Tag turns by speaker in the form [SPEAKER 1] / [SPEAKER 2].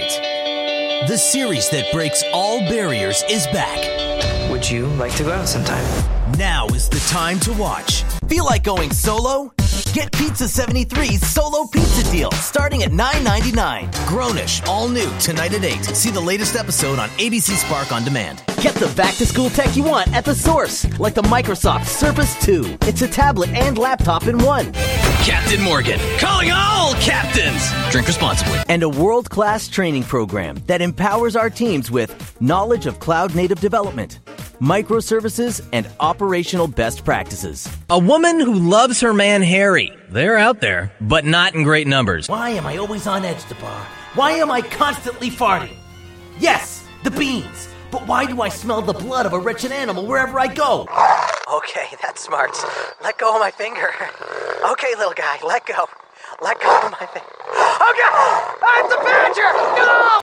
[SPEAKER 1] Tonight, the series that breaks all barriers is back.
[SPEAKER 2] Would you like to go out sometime?
[SPEAKER 1] Now is the time to watch. Feel like going solo? Get Pizza 73's solo pizza deal starting at $9.99. Grownish, all new tonight at 8. See the latest episode on ABC Spark on Demand.
[SPEAKER 3] Get the back to school tech you want at the source, like the Microsoft Surface 2. It's a tablet and laptop in one,
[SPEAKER 1] Captain Morgan, calling all captains! Drink responsibly.
[SPEAKER 3] and a world class training program that empowers our teams with knowledge of cloud native development, microservices, and operational best practices.
[SPEAKER 4] A woman who loves her man Harry. They're out there, but not in great numbers.
[SPEAKER 3] Why am I always on edge, Debar? Why am I constantly farting? Yes, the beans. But why do I smell the blood of a wretched animal wherever I go?
[SPEAKER 2] Okay, that's smart. Let go of my finger. Okay, little guy, let go. Let go of my finger. Okay! Ah, it's a bit!